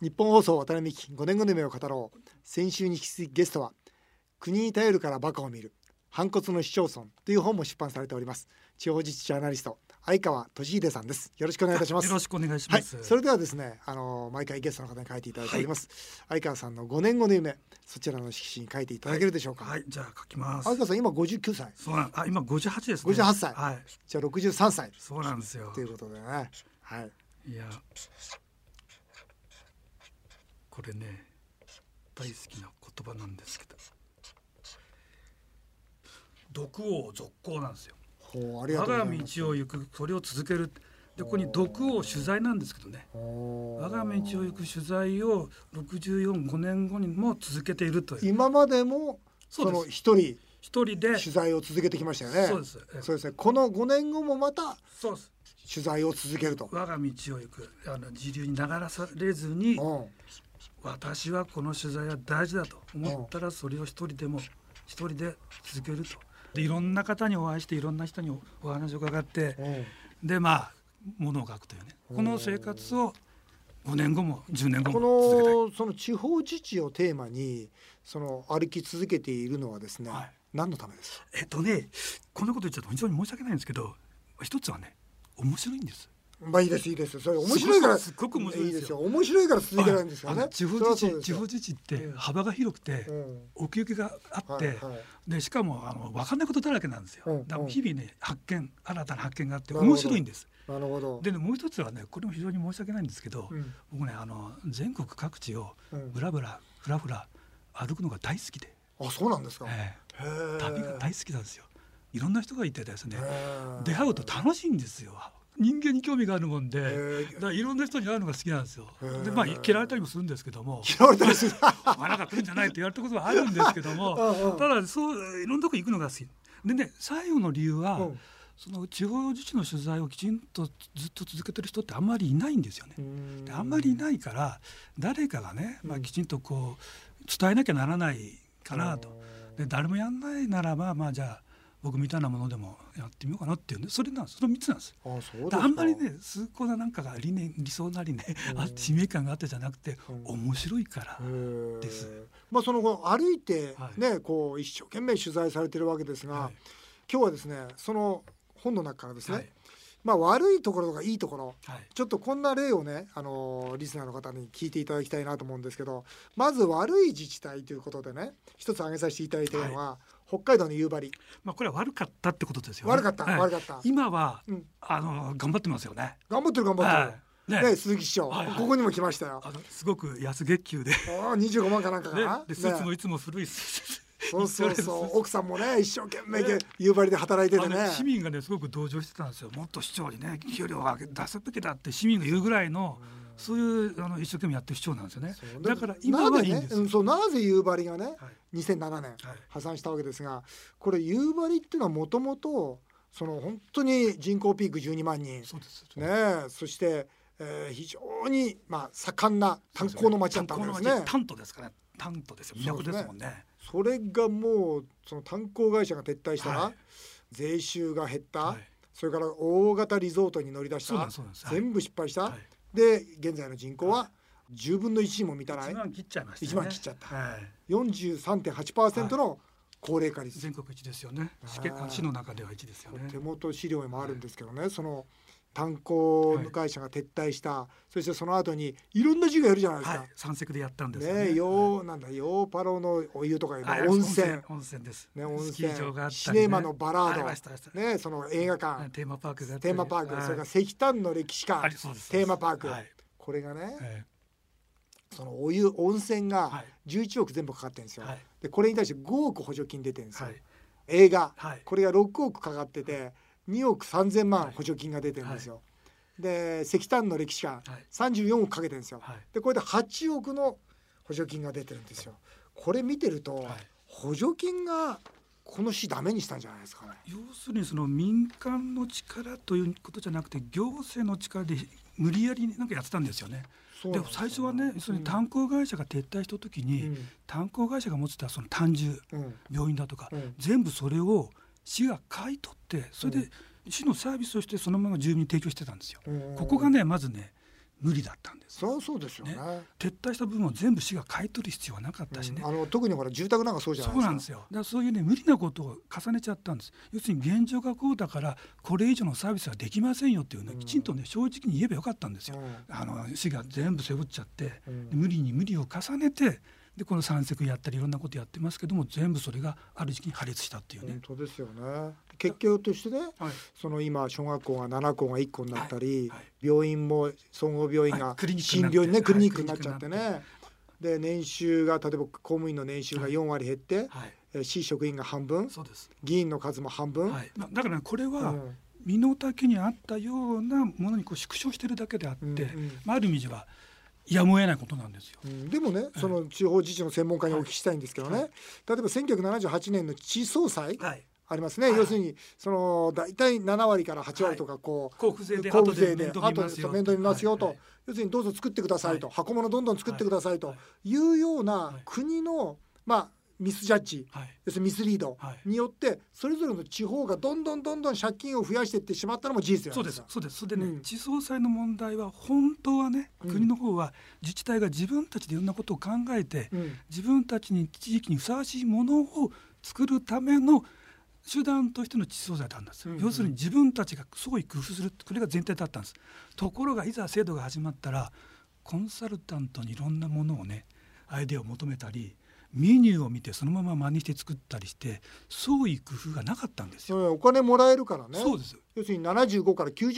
日本放送渡辺美希5年後の夢を語ろう先週に引き続きゲストは国に頼るからバカを見る反骨の市町村という本も出版されております地方自治ジャーナリスト相川俊秀さんですよろしくお願いいたしますよろしくお願いします、はい、それではですねあの毎回ゲストの方に書いていただいております、相川さんの5年後の夢そちらの色紙に書いていただけるでしょうか、はいじゃあ書きます相川さん今59歳そうなんあ今58ですね58歳はいじゃあ63歳そうなんですよということでねはいいやこれね大好きな言葉なんですけど毒王続行なんですよほうありが我とうござがいます道を行くそれを続けるでここに毒王取材なんですけどねほう我が道を行く取材を645年後にも続けているという今までもそそうですの一人一人で取材を続けてきましたよね。そうですええそうですね。この5年後もまたそうです取材を続けると。我が道を行くあの時流に流されずにうん。私はこの取材は大事だと思ったらそれを一人でも一人で続けるとでいろんな方にお会いしていろんな人におお話を伺ってうん。でまあものを書くというねこの生活を5年後も10年後こも続けたいのその地方自治をテーマにその歩き続けているのはですね、はい何のためですか。えっとねこんなこと言っちゃうと非常に申し訳ないんですけど一つはね面白いんです。まあいいですいいです。それ面白いからすごくすっごく面白いですよですよ。面白いから続けられるんですよあね。の地方それ自はそうです治地よ方自治って幅が広くて、うん奥行きがあって、はいはいでしかもあの分かんないことだらけなんですよ、うんだかうらん日々ね発見新たな発見があってなるほど面白いんですなるほど。でねもう一つはねこれも非常に申し訳ないんですけど、うん僕ねあの全国各地をうんぶらぶらふらふら歩くのが大好きで、あそうなんですか。えへええ旅が大好きなんですよいろんな人がいてですねへえ 出会うと楽しいんですよ人間に興味があるもんで、えだからいろんな人に会うのが好きなんですよへえでまあ嫌われたりもするんですけども嫌われたり する。お前なんか来るんじゃないって言われたことはあるんですけどもうんうんただそういろんなとこ行くのが好きでね最後の理由は、うんその地方自治の取材をきちんとずっと続けてる人ってあんまりいないんですよね。うんであんまりいないから誰かがね、まあ、きちんとこう伝えなきゃならないかなと。で誰もやんないならばまあじゃあ僕みたいなものでもやってみようかなっていうねそれなんですその3つなんです。あそうですだか。あんまりね崇高ななんかが理念理想なりね、あ使命感があってじゃなくて、面白いから、ですまあその後歩いてはいね、こう一生懸命取材されてるわけですが、はい今日はですねその本の中からですね、はいまあ悪いところとかいいところはいちょっとこんな例をね、あのーリスナーの方に聞いていただきたいなと思うんですけどまず悪い自治体ということでね一つ挙げさせていただいたのは、北海道の夕張まあ、これは悪かったってことですよ、ね。悪かった、はい悪かった今は、うんあの頑張ってますよね。頑張ってる頑張ってはい。ねる、ね、鈴木市長、はいはいここにも来ましたよあのすごく安月給で、ね、あー25万かなんかかな、でスねーツもいつも古いスそうそ うスーツそう奥さんもね一生懸命で夕張で働いててあねの市民がねすごく同情してたんですよ。もっと市長にね給料を上げ出すべきだって市民が言うぐらいの、そういうあの一生懸命やってる市長なんですよね。だから今はいいんですなぜねうよ。ん、そうなぜ夕張がね、はい2007年破産したわけですがこれ夕張っていうのはもともとその本当に人口ピーク12万人そうです。ねえそして、えー非常に、まあ、盛んな炭鉱の町だったわけですね。炭鉱の町担当ですから、担当ですよ。そう都ですねですもんね。それがもうその炭鉱会社が撤退したら、はい税収が減った、はいそれから大型リゾートに乗り出しそうなたんですそうなんですはい全部失敗した、はいで現在の人口は10分の1にも満たない一万切っちゃいました、ね。一万切っちゃったはい。 43.8%の高齢化率、全国一ですよね。市あー市の中では一ですよね。手元資料にもあるんですけどね、その炭鉱の会社が撤退した、そしてその後にいろんな事業やるじゃないですか。はい、三石でやったんですよね。ね、ようなんだようパロのお湯とかいうのはい温泉温泉です。ね、温スキ泉ー場があったり、ね、シネマのバラありまーしたありましたド、ね、その映画館、テーマパークがあったテりーマパーク、はいそれから石炭の歴史館ありそうですテーマパーク、はいこれがね、えそのお湯温泉はがい11億全部かかってるんですよ、はいでこれに対して5億補助金出てるんですーよ、はい映画、はいこれが6億かかってて2億3000万補助金が出てるんですよ、で石炭の歴史館、はい34億かけてるんですよ、はいでこれで8億の補助金が出てるんですよこれ見てると、い補助金がこの市ダメにしたんじゃないですかね要するにその民間の力ということじゃなくて行政の力で無理やりなんかやってたんですよね。そうでなんですよ最初はね、それに炭鉱会社が撤退した時に、うん炭鉱会社が持ってたその単純、うん病院だとか、うん全部それを市が買い取ってそれで市のサービスとしてそのまま住民に提供してたんですよ。うんここがねまずね無理だったんですそれはそうですよね撤退した部分を全部市が買い取る必要はなかったしねうん、あの特にほら住宅なんかそうじゃないでそすうかなんですよだからそういうね無理なことを重ねちゃったんです要するに現状がこうだからこれ以上のサービスはできませんよっていうね、うんきちんとね正直に言えばよかったんですよ、うんあの市が全部背負っちゃって、うんで無理に無理を重ねてでこの散策やったりいろんなことやってますけども全部それがある時期に破裂したっていう本ね、当ですよね結局としてねはいその今小学校が7校が1校になったり、はいはい病院も総合病院はがいクリニックに診なって療にねはいクリニックになっちゃってね、クリニで年収が例えば公務員の年収がはい4割減って、はい、えー市職員が半分そうです、議員の数も半分、はい、まあだからこれうはん身の丈に合ったようなものにこう縮小してるだけであって、うんうんまあ、ある意味ではやむを得ないことなんですよ。うんでもねその地方自治の専門家にお聞きしたいんですけどね、はい例えば1978年の地総裁はい、ありますね、はい要するにその大体7割から8割とかこう、交付税で交後付税でで面あ倒見とますそうよ面倒見ますよと、はいはい要するにどうぞ作ってくださいと、は箱物どんどん作ってくださいとはいいうような、はい国の、まあ、ミスジャッジはい要するにミスリードはいによってそれぞれの地方がどんどんどんどん借金を増やしていってしまったのも事実なそんうでですすよ。そうですそれでね、うん地総裁の問題は本当はねうん国の方は自治体が自分たちでいろんなことを考えて、うん自分たちに地域にふさわしいものを作るための手段としての地総財なんです、うんうん要するに自分たちが創意工夫するこれが前提だったんですところがいざ制度が始まったらコンサルタントにいろんなものをねアイデアを求めたりメニューを見てそのまま真似して作ったりして創意工夫がなかったんですそよ、れお金もらえるからねそうです要するに75からそう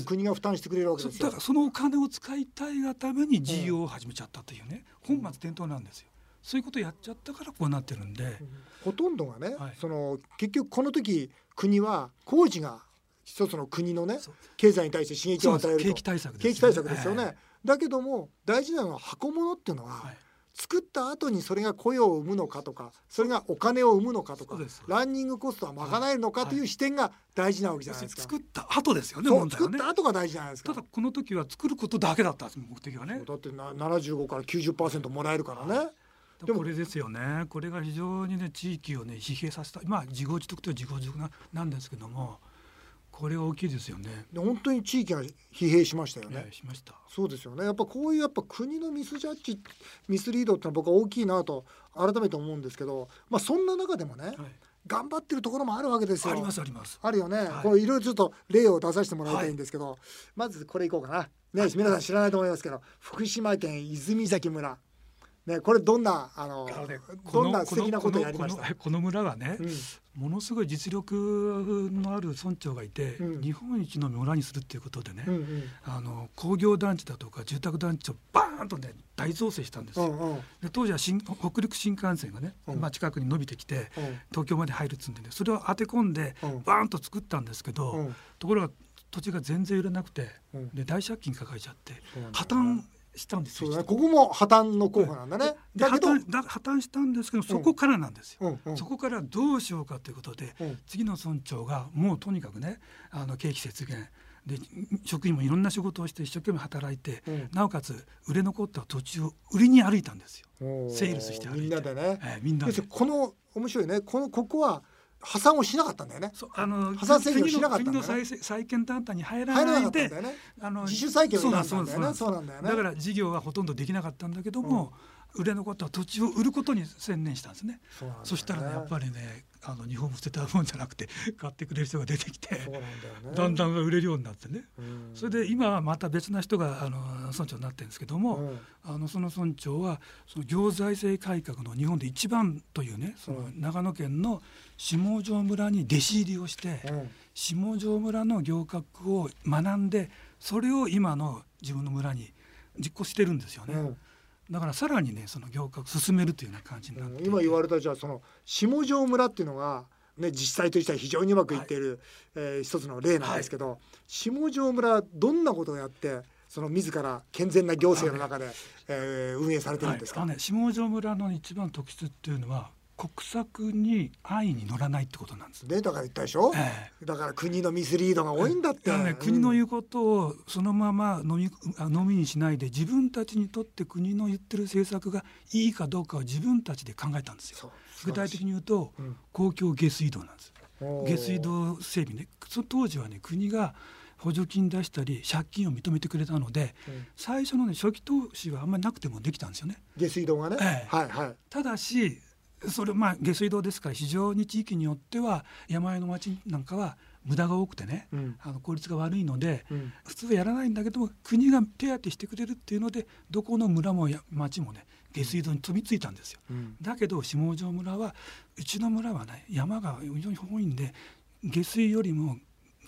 90%す国が負担してくれるわけそですよだからそのお金を使いたいがために事業を始めちゃったというね、本末転倒なんですよそういうことやっちゃったからこうなってるんで、ほとんどがね、はいその結局この時国は工事が一つの国のねそう経済に対して刺激そうをなん与でえすると景気対策です景気対策ですよね、はいだけども大事なのは箱物っていうのは、はい作った後にそれが雇用を生むのかとかそれがお金を生むのかとかそうですランニングコストは賄えるのかという視点が大事なわけじゃないですか、作った後ですよねそう問題は作ねった後が大事じゃないですかただこの時は作ることだけだったんです目的はねだってな75から90%もらえるからね、でもこれですよねこれが非常にね地域をね疲弊させたまあ自業自得とは自業自得ななんですけどもこれは大きいですよねで本当に地域が疲弊しましたよね、ええしましたそうですよねやっぱこういうやっぱ国のミスジャッジミスリードってのは僕は大きいなと改めて思うんですけど、まあ、そんな中でもね、はい頑張ってるところもあるわけですよ。ありますありますあるよね、はいこういろいろちょっと例を出させてもらいたいんですけど、まずこれいこうかな、ね、皆さん知らないと思いますけど福島県泉崎村、ね、これどんなあのあのねどこんのな素敵なことやりましこたのこのこの村はね、うんものすごい実力のある村長がいて、うん日本一の村にするっていうことでね、うん うんあの工業団地だとか住宅団地をバーンとね大造成したんですうよ、んうんうんで当時は新北陸新幹線がね、うんまあ、近くに伸びてきて東京まで入るっつうんでねそれを当て込んでうんバーンと作ったんですけど、うんところが土地が全然売れなくて、うんで大借金抱えちゃってそうなんだ破綻したんですそよ。うだねここも破綻の候補なんだね、でだ破けど、綻だ破綻したんですけどそこからなんですよ。うんうんそこからどうしようかということで、うん次の村長がもうとにかくねあの景気節減で職員もいろんな仕事をして一生懸命働いて、うんなおかつ売れ残った土地を売りに歩いたんですよ、おーセールスして歩いてみんなでね、えーみん要なでするにこの面白いねこのここは破産をしなかったんだよねそうあの破産制御国しなのかったんだ国ねの再生再建団体に入ら入らななかいったでんだよねあの自主再建を選んだんだよねそうなんですそうなんだよねだから事業はほとんどできなかったんだけども、売れ残った土地を売ることに専念したんですね。そうなんだよねそしたらねやっぱりねあの日本も捨てたもんじゃなくて買ってくれる人が出てきてそうなんだよねだんだん売れるようになってね。うんそれで今はまた別な人があの村長になってるんですけども、うんあのその村長はその行財政改革の日本で一番というねそうの長野県の下條村に弟子入りをして、うん下條村の行革を学んでそれを今の自分の村に実行してるんですよね、うんだからさらにねその行革を進めるというような感じになっていて、今言われたじゃあその下条村っていうのが、ね、自治体としては非常にうまくいっている、えー一つの例なんですけど、下条村どんなことをやってその自ら健全な行政の中で、えー運営されてるんですか、はいあのね、下條村の一番の特質っていうのは国策に安易に乗らないってことなんです。ねだから言ったでしょ、えだから国のミスリードが多いんだっえて、あのね、国のう言んうことをそのまま飲みあ飲みにしないで自分たちにとって国の言ってる政策がいいかどうかを自分たちで考えたんですよそう。具体的に言うと、公共下水道なんです。おー下水道整備ねそ当時はね国が補助金出したり借金を認めてくれたのでうん最初の、ね、初期投資はあんまりなくてもできたんですよね。下水道がね、ええはいはいただしそれまあ下水道ですから非常に地域によっては山あいの町なんかは無駄が多くてね、うんあの効率が悪いので、うん普通はやらないんだけども国が手当てしてくれるっていうのでどこの村もや町もね下水道に飛びついたんですよ。うんだけど下条村はうちの村はね山が非常に多いんで下水よりも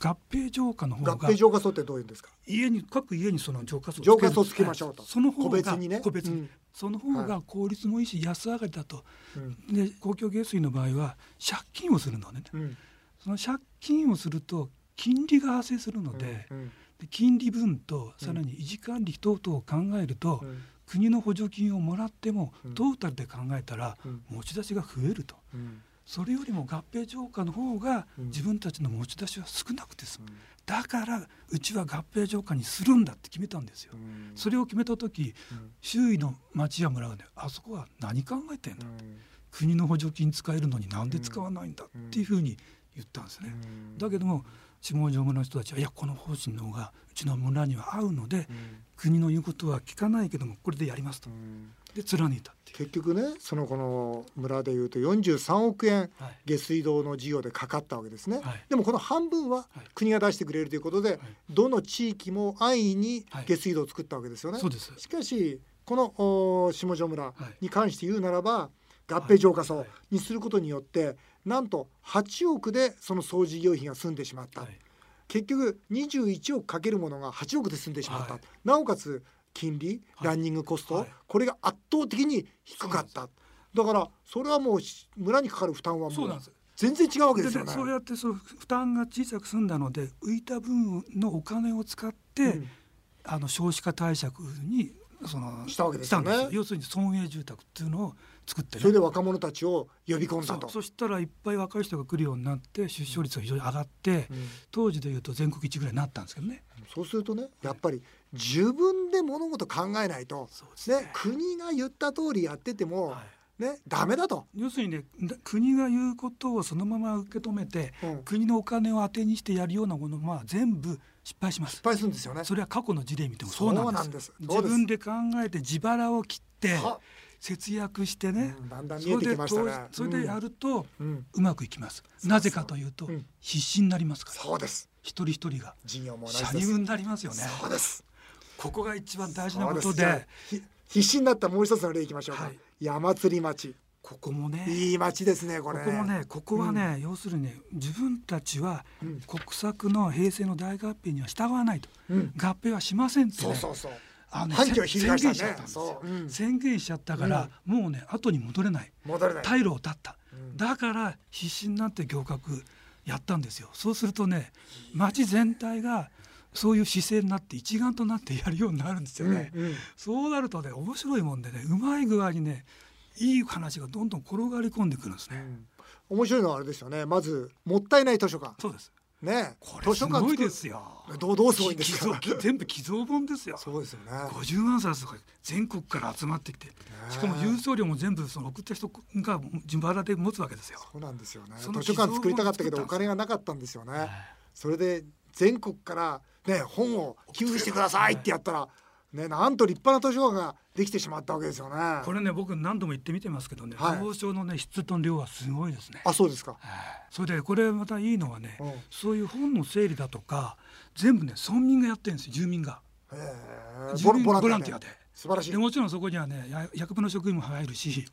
合併浄化の合方が併浄化層ってどういうんですか家に各家にその浄化層を浄化層つけましょうとはいその方が個別にね個別にうんその方が効率もいいし安上がりだと、うんで公共下水の場合は借金をするのね、うんその借金をすると金利が発生するので,、うんで金利分とさらに維持管理費等々を考えると、うん国の補助金をもらっても、うんトータルで考えたら、うん持ち出しが増えるとうんそれよりも合併浄化の方がうん自分たちの持ち出しは少なくて済む、うんだからうちは合併浄化にするんだって決めたんですよ、うんそれを決めた時うん周囲の町や村がねあそこは何考えてんだ、うん国の補助金使えるのになんで使わないんだっていうふうに言ったんですね、うんだけども下条村の人たちはいやこの方針の方がうちの村には合うので、うん国の言うことは聞かないけどもこれでやりますとうんで貫いたってい結局ねそのこの村でいうと43億円う、はい下水道の事業でかかったわけですね、はいでもこの半分ははい国が出してくれるということで、どの地域も安易にはい下水道を作ったわけですよね、そうですしかしこのお下條村に関して言うならば、合は併い浄化層はいにすることによってなんと8億でその総事業費が済んでしまった、はい結局21億かけるものが8億で済んでしまった、はいなおかつ金利はいランニングコスト、はいこれが圧倒的に低かっただからそれはもうし村にかかる負担はもそうなんうです全然違うわけででですよね。そうやってその負担が小さく済んだので浮いた分のお金を使って、うんあの少子化対策にそのしたわけですよねしたん要するに村営住宅っていうのを作ってねそれで若者たちを呼び込んだそうと。そしたらいっぱい若い人が来るようになって出生率が非常に上がって、うん当時でいうと全国一ぐらいになったんですけどね。そうするとねやっぱり自分で物事考えないと、そうですねね、国が言った通りやってても、はねダメだと、い、要するにねだ国が言うことをそのまま受け止めて、うん国のお金を当てにしてやるようなものは全部失敗しま失す。敗するんですよね。それは過去の事例見てもそうなんですそうなんですそう自です分で考えて自腹を切っては節約してね、うんだんだんそ見えれてきでましたね投資それでやるとうん、うまくいきます、なぜかというと、うん必死になりますからそうです。一人一人が事業も同じ社です。任になりますよねそうです。ここが一番大事なそうこでとすでじゃあひ必死になったもう一つの例いきましょうか。はい山釣り町、ここもねいい町ですねここれ。こもねここはね、要するにね自分たちは国策の平成の大合併には従わないと、うん合併はしませんって、ね、そうそうそう。あの反旗を翻したね宣言しちゃったんですよ、そううん宣言しちゃったから、もうね後に戻れない戻れない。退路を断った、うんだから必死になって行革やったんですよそうするとね町全体がそういう姿勢になって一丸となってやるようになるんですよね、うんうんそうなるとね面白いもんでねうまい具合にねいい話がどんどん転がり込んでくるんですね、面白いのはあれですよね。まずもったいない図書館。そうですね。これすごい作るですよどうどうすごいんですかき寄贈 全部寄贈本ですよそうですよね。 50万冊とか全国から集まってきてしかも郵送料も全部その送った人が自腹で持つわけですよそうなんですよね。その図書館作りたかったけど寄お贈本金がなかったんですよね。はいそれで全国からね本を寄付してくださいってやったらねなんと立派な図書館ができてしまったわけですよね。これね僕何度も言ってみてますけどねはい蔵書のね質と量はすごいですねあそうですか。それでこれまたいいのはねうんそういう本の整理だとか全部ね村民がやってるんですよ住民がへえ住民ボランティアで素晴らしいで。もちろんそこにはねや役場の職員も入るし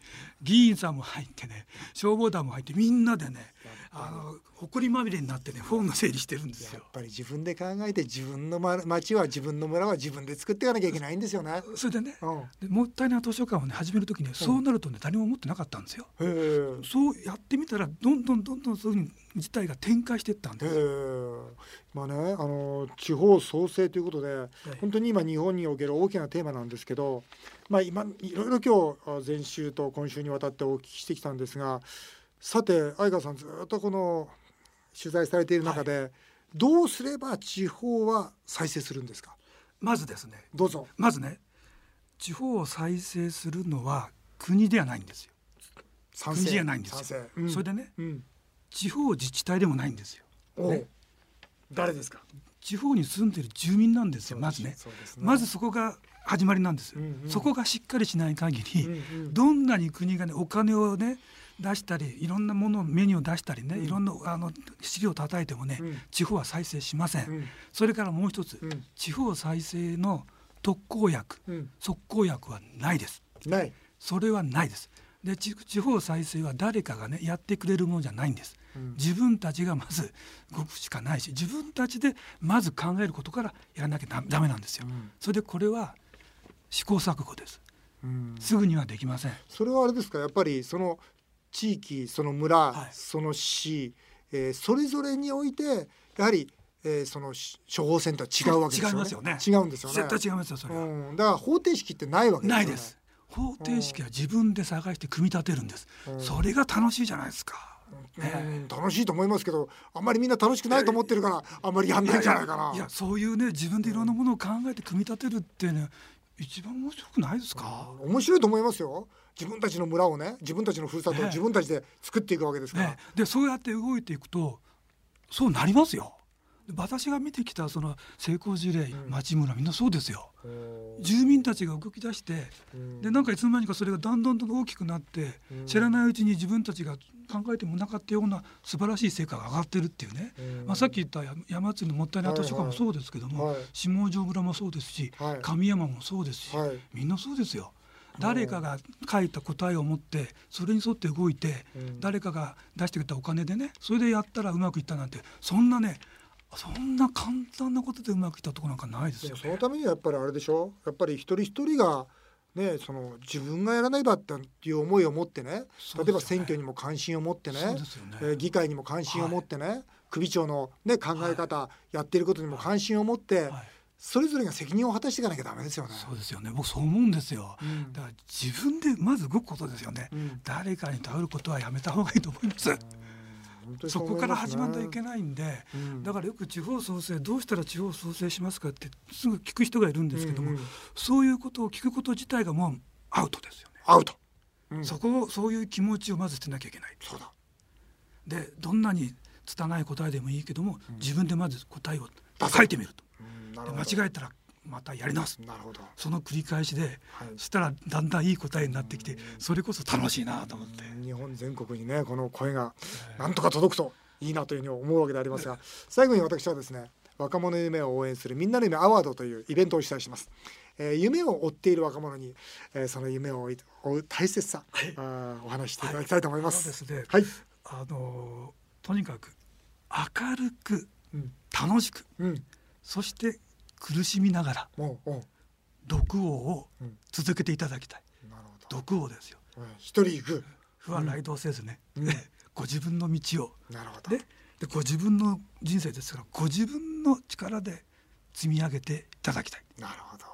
議員さんも入ってね消防団も入ってみんなでねあの埃まみれになってね本の整理してるんですやっよぱり自分で考えて自分のま町は自分の村は自分で作っていかなきゃいけないんですよね。それでねうん。へでもったいない図書館をね始める時にはそうなるとね誰も思ってなかったんですよえ。へそうやってみたらどんどんどんどんそういうふうに事態が展開していったんですよえ。まあねあの地方創生ということで本当に今日本における大きなテーマなんですけど、まあ、今いろいろ今日あ前週と今週にわたってお聞きしてきたんですがさて相川さんずっとこの取材されている中で、どうすれば地方は再生するんですかまずですねどうぞまずね地方を再生するのは国ではないんですよ賛国じゃないんですよ賛成うんそれでねうん地方自治体でもないんですよおうね誰ですか地方に住んでる住民なんですよまずねそうですまずそこが始まりなんですよ、うんうんそこがしっかりしない限うんり、うんどんなに国がねお金をね出したりいろんなものをメニューを出したりね、うんいろんなあの資料を叩いてもね、うん地方は再生しません、うんそれからもう一つ、うん地方再生の特効薬うん速効薬はないですないそれはないですで地地方再生は誰かがねやってくれるものじゃないんですうん自分たちがまず動くしかないし自分たちでまず考えることからやらなきゃダダメなんですよ、うんそれでこれは試行錯誤ですうんすぐにはできませんそれはあれですかやっぱりその地域その村、はいその市、えーそれぞれにおいてやはり、えーそのし処方箋とは違うわけですよね。違いますよね違うんですよね。絶対違いますよそれは、うん、だから方程式ってないわけですよなね。いです方程式は自分で探して組み立てるんです、うんそれが楽しいじゃないですか、うん楽しいと思いますけどあんまりみんな楽しくないと思ってるからあんまりやんないんじゃないかな。ややそういうね自分でいろんなものを考えて組み立てるってね一番面白くないですか、面白いと思いますよ。自分たちの村をね自分たちのふるさとをね自分たちで作っていくわけですから。ね、でそうやって動いていくとそうなりますよで私が見てきたその成功事例、ん町村みんなそうですようん住民たちが動き出してうんでなんかいつの間にかそれがだんだんと大きくなって、うん知らないうちに自分たちが考えてもなかったような素晴らしい成果が上がってるっていうね、うんまあ、さっき言った山山祭りのもったいない図書館もそうですけども、はいはい下條村もそうですし、はい神山もそうですし、はいみんなそうですよ。誰かが書いた答えを持ってそれに沿って動いて、うん誰かが出してくれたお金でねそれでやったらうまくいったなんてそんなねそんな簡単なことでうまくいったとこなんかないですでよもそのためにはやっぱりあれでしょやっぱり一人一人がねその自分がやらないばっていう思いを持ってねそうですよね例えば選挙にも関心を持ってねそうですよねえー議会にも関心を持ってね、首長の、ね、考え方、やってることにも関心を持って、はい、それぞれが責任を果たしていかなきゃダメですよね。そうですよね僕そう思うんですよ、うんだから自分でまず動くことですよね、うん誰かに頼ることはやめた方がいいと思います、本当にそうこ思からます始ねまんといけないんで、うんだからよく地方創生どうしたら地方創生しますかってすぐ聞く人がいるんですけども、うんうんそういうことを聞くこと自体がもうアウトですよね、アウト、うんそこをそういう気持ちをまず捨てなきゃいけないそうだでどんなに拙い答えでもいいけども、自分でまず答えを出せ書いてみるとうんなでる間ほど違えたらまたやり直すなるほどその繰り返しで、はいそしたらだんだんいい答えになってきてそれこそ楽しいなと思って。日本全国にねこの声がなんとか届くといいなというふうに思うわけでありますが最後に私はですね若者の夢を応援するみんなの夢アワードというイベントを主催します、えー夢を追っている若者に、えーその夢を追い追う大切さ、あーお話ししていただきたいと思いまそうですすね、はい、あのとにかく明るくうん楽しくうんそして苦しみながらもうおう毒王をうん続けていただきたい、なるほど毒王ですようん一人行く不安雷動せずね、うん ご自分の道をなるほどででご自分の人生ですからご自分の力で積み上げていただきたいなるほど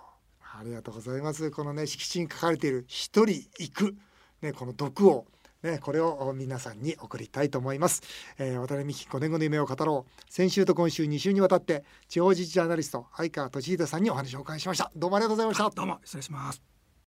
ありがとうございますこのね敷地に書かれている一人行くねこの毒をねこれを皆さんに送りたいと思います、えー、渡辺美希5年後の夢を語ろう先週と今週2週にわたって地方自治ジャーナリスト相川俊秀さんにお話をお伺いしましたどうもありがとうございましたどうも失礼します